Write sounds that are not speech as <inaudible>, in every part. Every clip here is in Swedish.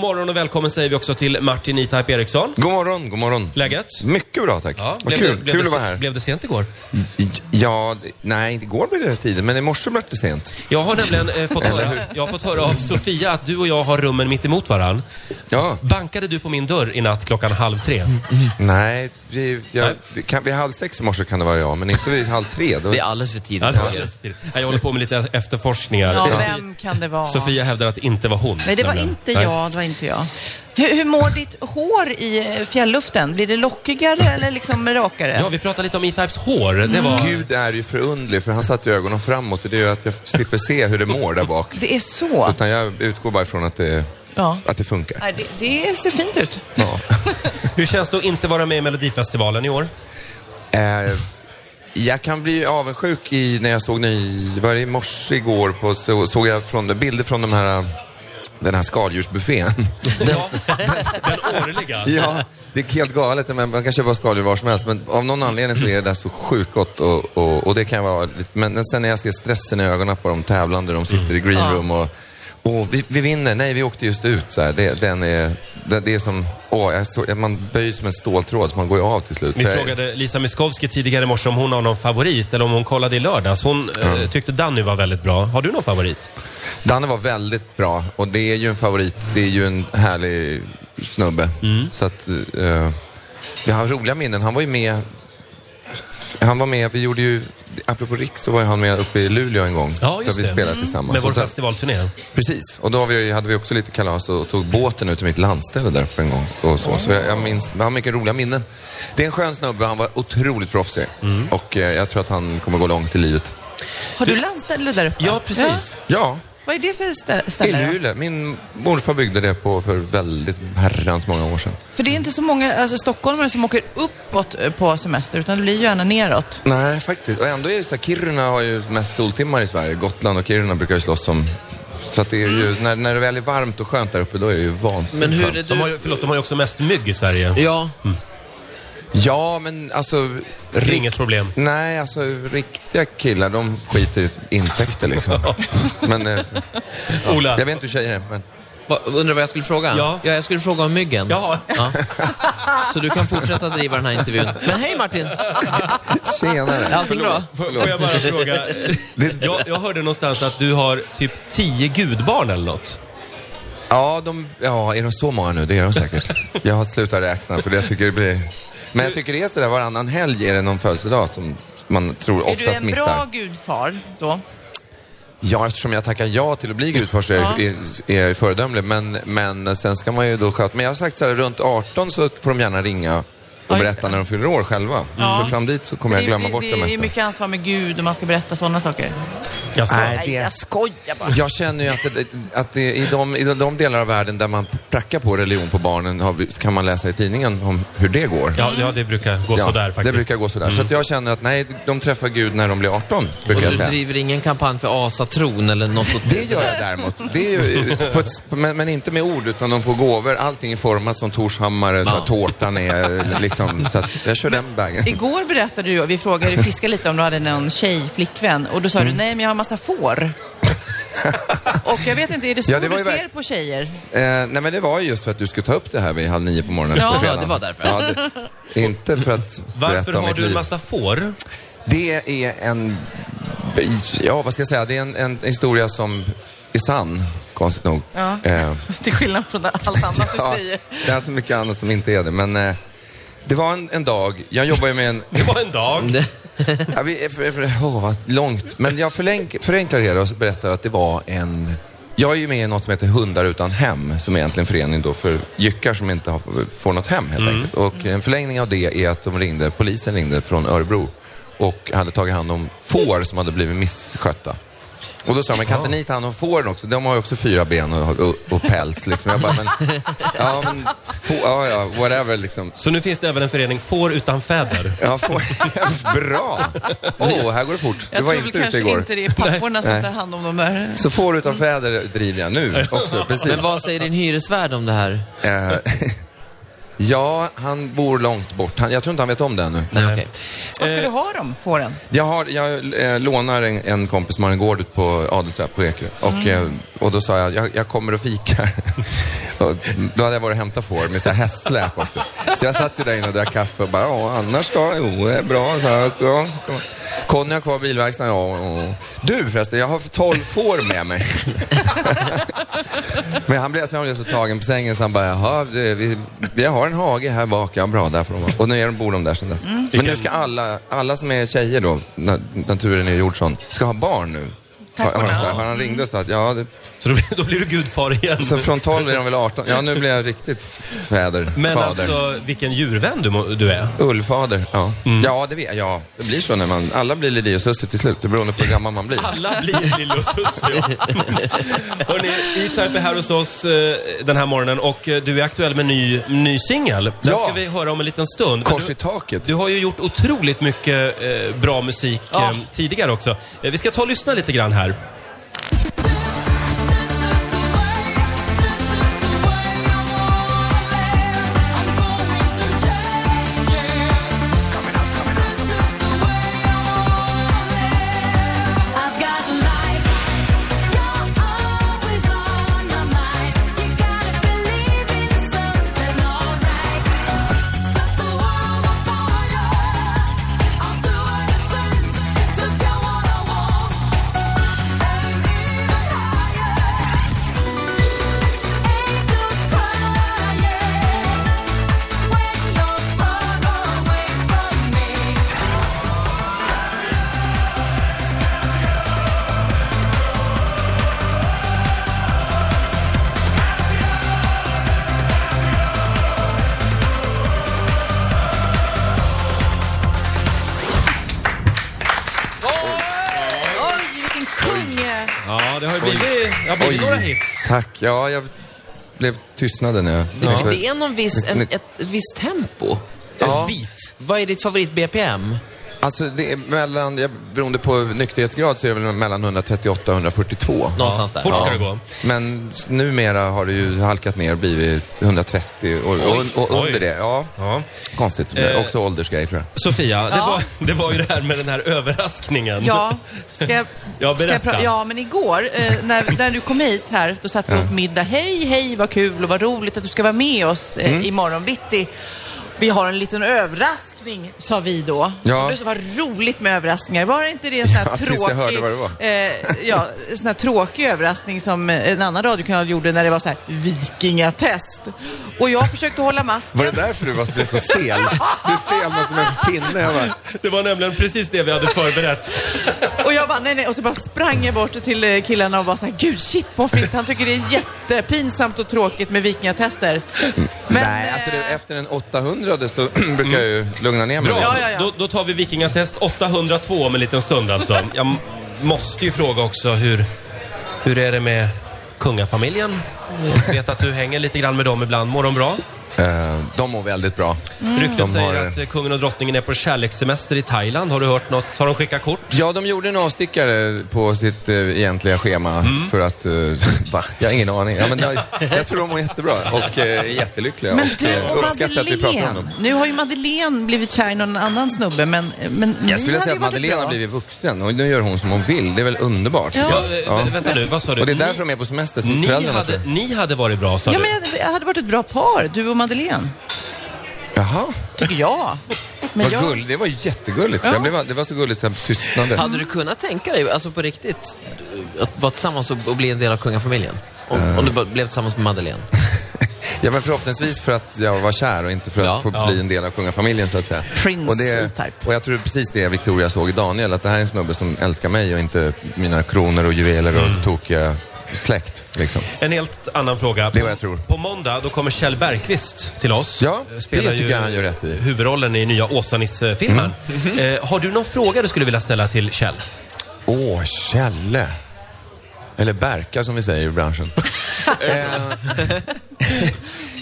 morgon och välkommen säger vi också till Martin E-Type Eriksson. God morgon, god morgon. Läget? Mycket bra tack. Ja, Vad blev kul, det, blev kul det, att vara här. Blev det sent igår? Ja, det- nej, igår blev det rätt tidigt, men i morse blev det sent. Jag har nämligen eh, fått, höra, jag har fått höra av Sofia att du och jag har rummen mitt emot varann. Ja. Bankade du på min dörr i natt klockan halv tre? Mm, Nej, vi, jag, vi kan, vid halv sex i morse kan det vara jag, men inte vid halv tre. Då, Det är alldeles för tidigt. Alltså, Roger. Nej, jag håller på med lite efterforskningar. Ja, Sofia- vem kan det vara? Sofia hävdar att det inte var hon. Nej, det var nämligen. inte Nej. jag. Det var inte jag. Hur, hur mår ditt hår i eh, fjällluften? Blir det lockigare eller liksom rakare? Ja, vi pratade lite om E-Types hår. Det var... Gud är ju förundlig, för han satte ju ögonen framåt och det gör att jag slipper se hur det mår där bak. Det är så. Utan jag utgår bara ifrån att det, Ja. att det funkar. Nej, det, det ser fint ut. Ja. Hur känns det att inte vara med i Melodifestivalen i år? Eh, jag kan bli avundsjuk i, när jag såg ny, var det i morse igår, på, så, såg jag från, bilder från de här, den här skaldjursbuffén. Ja, <laughs> den årliga. Ja, det är helt galet. Men man kan köpa skaldjur var som helst. Men av någon anledning så är det där så sjukt gott. Och, och, och det kan vara lite, men sen när jag ser stressen i ögonen på de tävlande, de sitter i green room och Åh, vi, vi vinner. Nej, vi åkte just ut. Så här. Det, den är, det, det är som... Åh, jag så, man böjer som en ståltråd, så man går ju av till slut. Vi Så jag- frågade Lisa Miskovsky tidigare i morse om hon har någon favorit eller om hon kollade i lördags. Hon eh, tyckte Danny var väldigt bra. Har du någon favorit? Danne var väldigt bra och det är ju en favorit. Det är ju en härlig snubbe. Mm. Så att eh, vi har roliga minnen. Han var ju med, han var med, vi gjorde ju, apropå Riks så var ju han med uppe i Luleå en gång. Ja, just där vi det. spelade Mm. tillsammans. Med vår Och sen- festivalturné. Precis, och då har vi, hade vi också lite kalas och tog båten ut till mitt landställe där uppe en gång. Och så så jag, jag minns, jag har mycket roliga minnen. Det är en skön snubbe, han var otroligt proffsig. Mm. Och eh, jag tror att han kommer gå långt i livet. Har du landställe där uppe? Ja, precis. Ja, Ja. Vad är det för stä- ställe? då? Stenhule. Min morfar byggde det på för väldigt herrans många år sedan. För det är inte så många alltså, stockholmare som åker uppåt eh, på semester, utan det blir ju gärna neråt. Nej, faktiskt. Och ändå är det så här, Kiruna har ju mest soltimmar i Sverige. Gotland och Kiruna brukar ju slåss om. Så att det är ju, när, när det väl är varmt och skönt där uppe, då är det ju vansinnigt Men hur skönt. är Typ De har du? ju, förlåt, de har ju också mest mygg i Sverige. Ja, Ja, men alltså... Det är ri- inget problem. Nej, alltså riktiga killar, de skiter i insekter liksom. <laughs> men... eh, så- Ola. Jag vet inte hur tjejer är, men... va, undrar vad jag skulle fråga? Ja. jag skulle fråga om myggen. Ja. Så du kan fortsätta driva den här intervjun. Men hej Martin! Tjenare. Är allting bra? Får får jag bara fråga. Jag, jag hörde någonstans att du har typ tio gudbarn eller något. Ja, de, ja, är de så många nu? Det är de säkert. Jag har slutat räkna för det jag tycker det blir... Men jag tycker det är sådär varannan helg är det någon födelsedag som man tror Är du oftast en bra missar. gudfar då? Ja, eftersom jag tackar ja till att bli gudfar så är jag- är är jag ju föredömlig. Men, men sen ska man ju då sköta... Men jag har sagt såhär, runt 18 så får de gärna ringa och just berätta när de fyller år själva. Ja. För fram dit så kommer jag glömma bort det, det det, det är mesta. mycket ansvar med Gud och man ska berätta sådana saker. Jaså? Nej, Nej, det, jag skojar bara. Jag känner ju att, det, att det, i, de, i de delar av världen där man prackar på religion på barnen har vi- kan man läsa i tidningen om hur det går. Ja, ja, det brukar gå Ja, sådär faktiskt. Det brukar gå sådär. Så att jag känner att nej, de träffar Gud när de blir 18, Och brukar jag du säga. driver ingen kampanj för asatron eller något åt Det gör jag däremot. Det är ju, på ett, men, men inte med ord, utan de får gåvor. Allting är format som Torshammare, så att tårtan är liksom... Så att jag kör den <laughs> vägen. Igår berättade du, vi frågade fiska lite om du hade någon tjej, flickvän, och då sa Mm. du nej men jag har <laughs> massa får. och jag vet inte, är det så Ja, det var du ju verk- ser på tjejer? <laughs> Eh, nej, men det var ju just för att du skulle ta upp det här vid halv nio på morgonen. Ja, på fredagen. det var därför. Ja, det, inte för att Varför berätta om har mitt du en liv. massa får? Det är en... Ja, vad ska jag säga? Det är en, en historia som är sann, konstigt nog. Ja. Eh, Till skillnad från allt annat <laughs> du Ja, säger. det är så mycket annat som inte är det. Men eh, det var en, en dag, jag jobbar ju med en... Det var en dag. det. Ja, vi, för, för, åh, vad långt. Men jag förlänk, förenklar det och så berättar att det var en... Jag är ju med i något som heter Hundar utan hem, som är egentligen en förening då för jyckar som inte har, får något hem helt enkelt. Och en förlängning av det är att de ringde, polisen ringde från Örebro och hade tagit hand om får som hade blivit misskötta. Och då sa de, men kan inte ni ta hand om fåren också? De har ju också fyra ben och, och, och päls liksom. Jag bara, men, ja men, få, ja, ja, whatever liksom. Så nu finns det även en förening, Får utan fäder. Ja, får, <laughs> bra! Åh, oh, här går det fort. Jag du var tror väl inte ute kanske igår. inte det är papporna som Nej. tar hand om de där. Så får utan <laughs> fäder driver jag nu också, precis. Men vad säger din hyresvärd om det här? Eh, <laughs> Ja, han bor långt bort. Han, jag tror inte han vet om det ännu. Nej, okej. Vad Eh, ska du ha dem, fåren? Jag, har, jag eh, lånar en, en kompis som har en gård ute på Adelsö på Ekerö. Och, eh, och då sa jag, jag, jag kommer och fikar. <laughs> och då hade jag varit och hämtat får med så här hästsläp också. Så jag satt ju där inne och drack kaffe och bara, ja annars då? Jo, det är bra. Så här, ja, kom. Conny har kvar bilverkstaden, ja, ja. Du förresten, jag har tolv får med mig. Men han blev, så han blev så tagen på sängen så han bara, jaha, det, vi, vi har en hage här bak, ja bra, där får de vara. Och nu är de, bor de där sedan Mm. dess. Men nu ska alla, alla som är tjejer då, na, naturen är gjord sån, ska ha barn nu. Har, har, han- har han ringde och sa att, ja, det, Så då, blir- då blir du gudfar igen. så från 12 är de väl 18. Ja, nu blir jag riktigt fäder, Men fader. alltså, vilken djurvän du, må- du är. Ullfader, ja. Mm. Ja, det vet jag. Det blir så när man, alla blir Lili och Susie till slut, det beror på hur gammal man blir. Alla blir Lille och Sussie. <laughs> Hörrni, E-Type är här hos oss eh, den här morgonen och eh, du är aktuell med en ny, ny singel. Den Ja. ska vi höra om en liten stund. Men Kors du- i taket. Du har ju gjort otroligt mycket eh, bra musik eh, tidigare också. Eh, vi ska ta och lyssna lite grann här. I've got life. You're always on my mind. You gotta believe in something, alright. Set the world on fire. I'll do anything to get what I want, and even higher. Angels crying when you're far away from me. Oj, vilken kung! eh. Ja, det har ju blivit, det har blivit några hits. Tack. Ja, jag blev tystnaden nu. Det, det är någon viss, en, Ni- ett, ett visst tempo. Ja. Beat. Vad är ditt favorit BPM? Alltså, det är mellan, ja, beroende på nykterhetsgrad så är det väl mellan 138 och 142. Någonstans där. Fort ska det gå. Men s- numera har det ju halkat ner och blivit 130 och, och, och, Oj. under det. Ja. Ja. Konstigt. Men också åldersgrej tror jag. Sofia, det, Ja. var, det var ju det här med den här överraskningen. Ja, ska jag, Ja, ska jag berätta. pra- Ja, men igår eh, när, när du kom hit här, då satt vi åt middag. Hej, hej, vad kul och vad roligt att du ska vara med oss eh, Mm. imorgon bitti. Vi har en liten överraskning, sa vi då. Ja. Och du sa, vad roligt med överraskningar. Var det inte det en sån <laughs> här Ja, tills tråkig... jag hörde vad det var. Eh, ja, en sån här tråkig överraskning som eh, en annan radiokanal gjorde när det var så här vikingatest. Och jag försökte hålla masken. Var det därför du var blev så stel? Du stelnade som en pinne. Jag bara, <laughs> Det var nämligen precis det vi hade förberett. Och jag bara, nej, nej. Och så bara sprang jag bort till eh, killarna och bara så här, gud shit pommes frites. Han tycker det är jättepinsamt och tråkigt med vikingatester. Men, nej, alltså det, eh, efter en 800 så <clears throat> brukar jag ju lugna ner mig. Bra, Ja, ja, ja. Då, då tar vi vikingatest 802 om en liten <laughs> stund alltså. Jag m- måste ju fråga också hur, hur är det med kungafamiljen? Jag vet att du hänger lite grann med dem ibland. Mår de bra? Eh, de mår väldigt bra. Ryktet De säger har- att eh, kungen och drottningen är på kärlekssemester i Thailand. Har du hört något? Har de skickat kort? Ja, de gjorde en avstickare på sitt eh, egentliga schema Mm. för att... Eh, <laughs> va? Jag har ingen aning. Ja, men jag, jag tror de mår jättebra och eh, är jättelyckliga. men och, du eh, och uppskattar att vi pratar om Madeleine. dem. Nu har ju Madeleine blivit kär i någon annan snubbe, men, eh, Mm, men ni Jag skulle hade säga ju att varit Madeleine bra. har blivit vuxen och nu gör hon som hon vill. Det är väl underbart. Ja. Ja, eh, vä- Vänta nu, vad sa du? Och det är därför Ni- de är på semester som ni, föräldrarna. hade, tror jag. ni hade varit bra sa Ja, du. men jag- jag hade varit ett bra par, du och Madeleine. Jaha, Tycker jag. Men vad jag, gull, det var jättegulligt. Ja. Jag blev, det var så gulligt så jag tystnade. Hade du kunnat tänka dig, alltså på riktigt, att vara tillsammans och, och bli en del av kungafamiljen? Om, om du bara blev tillsammans med Madeleine? Ja, men förhoppningsvis för att jag var kär och inte för att Ja. få Ja. bli en del av kungafamiljen så att säga. Prince och, det, E-Type. och jag tror precis det Victoria såg i Daniel, att det här är en snubbe som älskar mig och inte mina kronor och juveler och tokiga släkt. Liksom. En helt annan fråga. Det är vad jag tror. På måndag då kommer Kjell Bergqvist till oss. Ja, Eh, det tycker jag han gör rätt i. Mm. Mm-hmm. huvudrollen i nya Åsa-Nisse-filmen. Eh, har du någon fråga du skulle vilja ställa till Kjell? Åh, Kjelle. Eller Berka som vi säger i branschen. <laughs> Eh,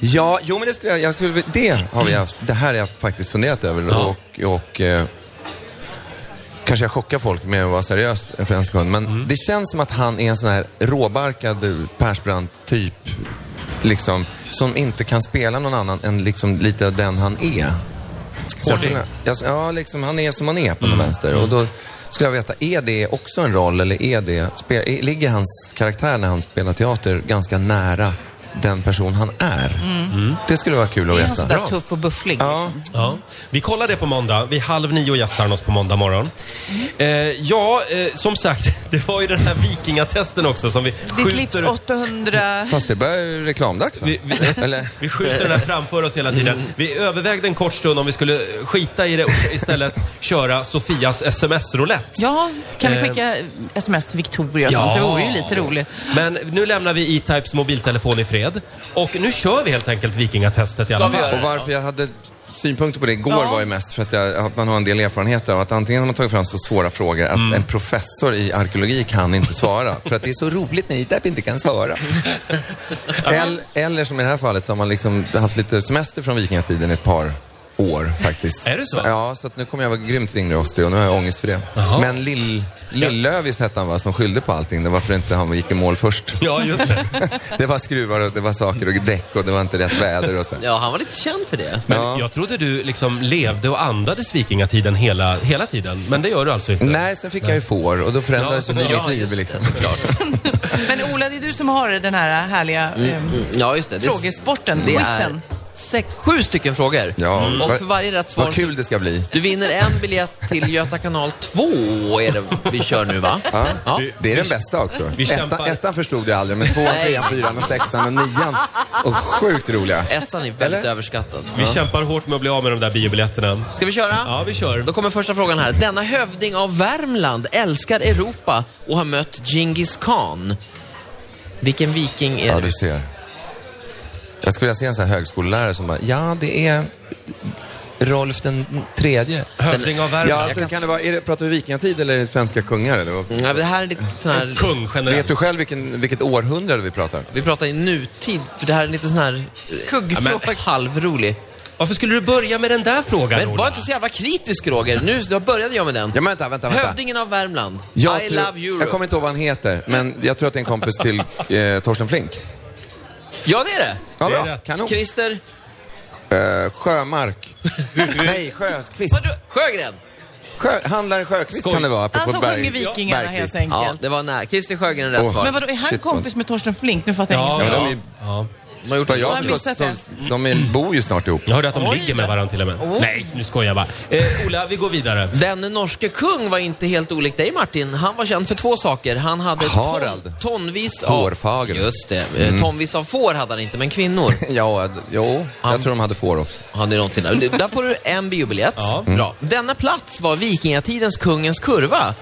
ja, jo men det skulle jag, jag skulle, det har vi haft, det här har jag faktiskt funderat över Ja. och, och eh, kanske jag chockar folk med att vara seriös för en sekund, men det känns som att han är en sån här råbarkad Persbrandt-typ, liksom, som inte kan spela någon annan än liksom lite den han är. Så jag skulle- jag- Ja, liksom han är som han är på den vänster. Och då skulle jag veta, är det också en roll eller är det, spe, är- ligger hans karaktär när han spelar teater ganska nära den person han är? Det skulle vara kul att Är han veta. sådär tuff och bufflig? Ja, Ja. Vi kollar det på måndag. Vid halv nio gästar han oss på måndag morgon. Mm. Eh, ja, eh, som sagt, <laughs> det var ju den här vikingatesten också som vi Det klipps skjuter... 800... fast det börjar ju reklamdags va? Vi, vi, <laughs> Eller? Mm. vi skjuter den här framför oss hela tiden. Vi övervägde en kort stund om vi skulle skita i det och <laughs> istället köra Sofias sms-roulette. Ja, kan vi Eh, skicka sms till Victoria? och Sånt? Det vore ju lite roligt. Men nu lämnar vi E-Types mobiltelefon i fred. Och nu kör vi helt enkelt vikingatestet i alla vi fall. göra Och varför jag hade synpunkter på det igår Ja. var ju mest för att, jag, att man har en del erfarenheter av att antingen har man tagit fram så svåra frågor att Mm. en professor i arkeologi kan inte <laughs> svara. för att det är så roligt när ITAP inte kan svara. eller, eller som i det här fallet så har man liksom haft lite semester från vikingatiden i ett par år faktiskt. Är det så? Ja, så att nu kommer jag vara grymt ringrostig och nu har jag ångest för det. Men Lill- Lill-Lövis hette han va, som skyllde på allting. Det var varför inte han gick i mål <laughs> först. Ja, just det. det var skruvar och det var saker och däck och det var inte rätt väder och så. Ja, han var lite känd för det. Men jag trodde du liksom levde och andades vikingatiden hela, hela tiden. Men det gör du alltså inte? Nej, sen fick jag ju får och då förändrades Ja, ju ja, mitt liv just det, liksom. såklart. Men Ola, det är du som har den här härliga Mm. eh, Mm, Ja, just det. det frågesporten, det quizen. är sex, sju stycken frågor. Ja, Mm. Och vad- för varje rätt svar... Vad kul det ska bli. Du vinner en biljett till Göta kanal 2 är det vi kör nu va? Ja. Ja. Det är den bästa också. vi Ettan, kämpar. ettan förstod jag aldrig, men tvåan, Nej. trean, fyran och sexan och nian. Och sjukt roliga. Ettan är väldigt Eller? överskattad. Vi Ja. kämpar hårt med att bli av med de där biobiljetterna. Ska vi köra? Ja, vi kör. Då kommer första frågan här. Denna hövding av Värmland älskar Europa och har mött Genghis khan. Vilken viking är Ja, det? du ser. Jag skulle vilja se en sån här högskolelärare som bara, ja det är Rolf den tredje. Hövding av Ja, Värmland. alltså, kan det vara, är det, pratar vi vikingatid eller är det svenska kungar? Eller? vad? Ja, det här är lite sån här... Kung Vet generellt. du själv vilken, vilket århundrade vi pratar? Vi pratar i nutid, för det här är lite sån här... Kuggfråga. Ja, men- Halvrolig. Varför skulle du börja med den där frågan, Men var Ola? inte så jävla kritisk Roger. Nu då började jag med den. Ja, men vänta, vänta, vänta. Hövdingen av Värmland. Jag I tror- love Europe. Jag kommer inte ihåg vad han heter, men jag tror att det är en kompis till eh, Torsten Flink. Ja, det är det. Ja, Det är bra. rätt. Kanon. Christer Eh, <laughs> Sjömark. Nej, Sjökvist. Vadå? Sjögren. Sjö, handlaren Sjökvist Skoj. kan det vara. apropå Han som Alltså, sjunger Berg- Vikingarna Bergqvist. helt Ja, enkelt. det var nära. Christer Sjögren är rätt Åh. svar. Men vadå, är han Shit, kompis med Torsten Flink? Nu fattar jag Ja, ingenting. Ja, ja, men de ja. De har gjort Vad jag har har förstått, missat de, de är, bor ju snart ihop. Jag hörde att de Oj. ligger med varandra till och med. Nej, nu skojar jag bara. Eh, Ola, vi går vidare. Denne norske kung var inte helt olik dig Martin. Han var känd för två saker. Han hade Harald. Mm. ton, tonvis av... Hårfagel. Just det. Eh, Tonvis av får hade han inte, <laughs> men kvinnor. Ja, d- jo, jag tror de hade får också. Han är någonting där. där får du en biobiljett. Ja. Bra. Denna plats var vikingatidens kungens kurva.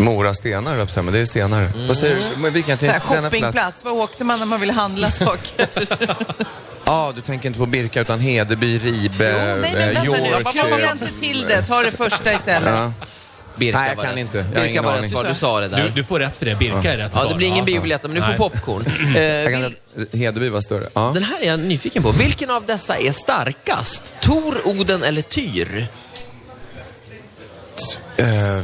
Mora stenar, höll jag på att säga, men det är senare. Vad säger du? Men vilken Mm. Så här, denna plats? shoppingplats, var åkte man när man <laughs> ville handla saker? Ja, du tänker inte på Birka utan Hedeby, Ribe, Nej, men eh, vänta nu, York. jag krånglar eh, inte till det. Ta det första istället. Ja. Birka Nej, jag var kan rätt. inte. Jag har Birka ingen var rätt aning. svar. Du sa det där. Du, du får rätt för det. Birka är rätt ja, svar. det blir ingen biobiljett, men du får Nej. popcorn. Jag Eh, kan vil- säga att Hedeby var större. Ja. den här är jag nyfiken på. Vilken av dessa är starkast? Tor, Oden eller Tyr? Eh,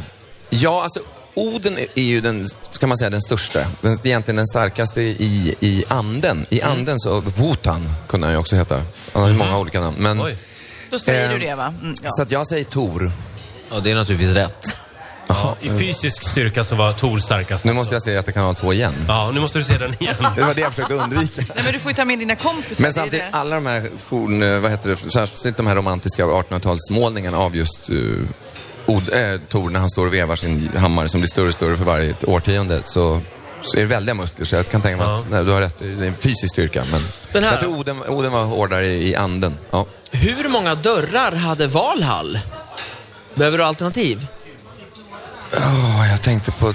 ja, alltså Oden är ju den, kan man säga, den största. Den, egentligen den starkaste i, i anden. I anden så, Wotan kunde han ju också heta. Han har ju många olika namn. Men, Oj. Då säger Eh, du det va? Mm, ja. Så att jag säger Tor. Ja, det är naturligtvis rätt. Ja, I fysisk styrka så var Tor starkast. Nu måste jag säga att jag kan ha två igen. Ja, nu måste du se den igen. Det var det jag försökte undvika. Nej, men du får ju ta med dina kompisar. det Men är samtidigt, det. alla de här forn, eh, vad heter det, särskilt de här romantiska 1800-talsmålningarna av just uh, Od, eh, Tor när han står och vevar sin hammare som blir större och större för varje årtionde. Så, så är det väldiga muskler, så jag kan tänka mig att nej, du har rätt, det är en fysisk styrka. Men Den här jag tror då? Oden, Oden var hårdare i, i anden. Ja. Hur många dörrar hade Valhall? Behöver du alternativ? Åh, jag tänkte på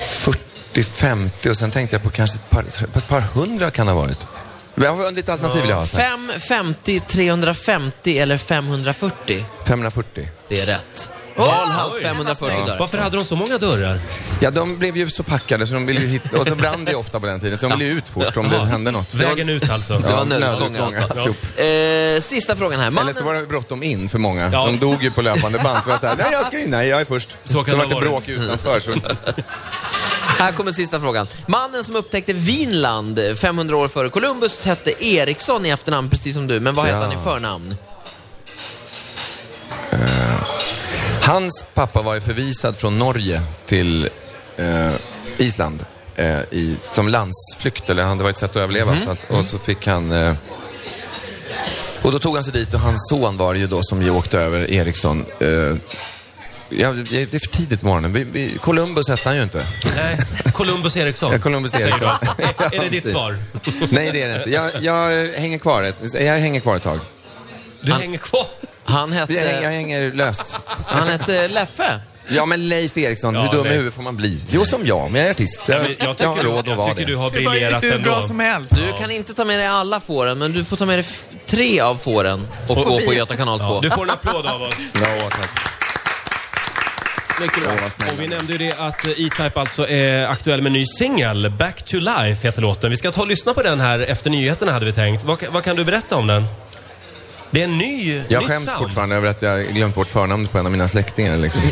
40, 50 och sen tänkte jag på kanske ett par, ett par hundra kan det ha varit. Jag har lite alternativ vill jag ha. så här. 5, 50, 350 eller 540? 540. Det är rätt. Åh! Valhalls Oj. 540 Ja. dörrar. Varför hade de så många dörrar? Ja, de blev ju så packade så de ville ju hitta, och de brann det ofta på den tiden, så de ville ju ut fort om det hände något. Vägen ut alltså. Det var nödutgångar nödutgångar alltså. alltihop. Eh, sista frågan här. Eller Mannen, så var det bråttom in för många. Ja. De dog ju på löpande band. Så var jag såhär, nej jag ska in, nej jag är först. Så kan det var ha det bråk varit. utanför. Så. Här kommer sista frågan. Mannen som upptäckte Vinland 500 år före Columbus hette Eriksson i efternamn, precis som du. Men vad hette Ja. han i förnamn? Hans pappa var ju förvisad från Norge till eh, Island eh, i, som landsflykt, eller han hade varit ett sätt att överleva. Mhm. Så att, och så fick han... Eh, och då tog han sig dit och hans son var det ju då som ju åkte över, Eriksson. Eh, ja, det det är för tidigt på morgonen. Vi, vi, Columbus hette han ju inte. Nej, Columbus Eriksson. Ja, <laughs> Columbus Säger Eriksson. du alltså. <laughs> Ja, Är det ditt precis. svar? Nej, det är det inte. Jag, jag hänger kvar ett, jag hänger kvar ett tag. Du Han- hänger kvar. Han Eh. Jag, jag hette, hänger löst. han hette Leffe. Ja, men Leif Eriksson, Ja, hur dum i Leif. huvudet får man bli? Jo, som jag, men jag är artist. Jag, Jag, jag tycker, jag har råd att jag vara tycker det. du Det har var ju briljerat hur bra ändå. som helst. Du kan inte ta med dig alla fåren, men du får ta med dig f- tre av fåren och, gå på Göta kanal 2. Ja, du får en applåd av oss. Ja, tack. Mycket bra. Och vi nämnde ju det att eh, E-Type alltså är aktuell med en ny singel. Back to Life heter låten. Vi ska ta och lyssna på den här efter nyheterna hade vi tänkt. Vad, vad kan du berätta om den? Det är en ny, Jag nytt skäms <laughs> sound. fortfarande över att jag glömt bort förnamnet på en av mina släktingar. Liksom.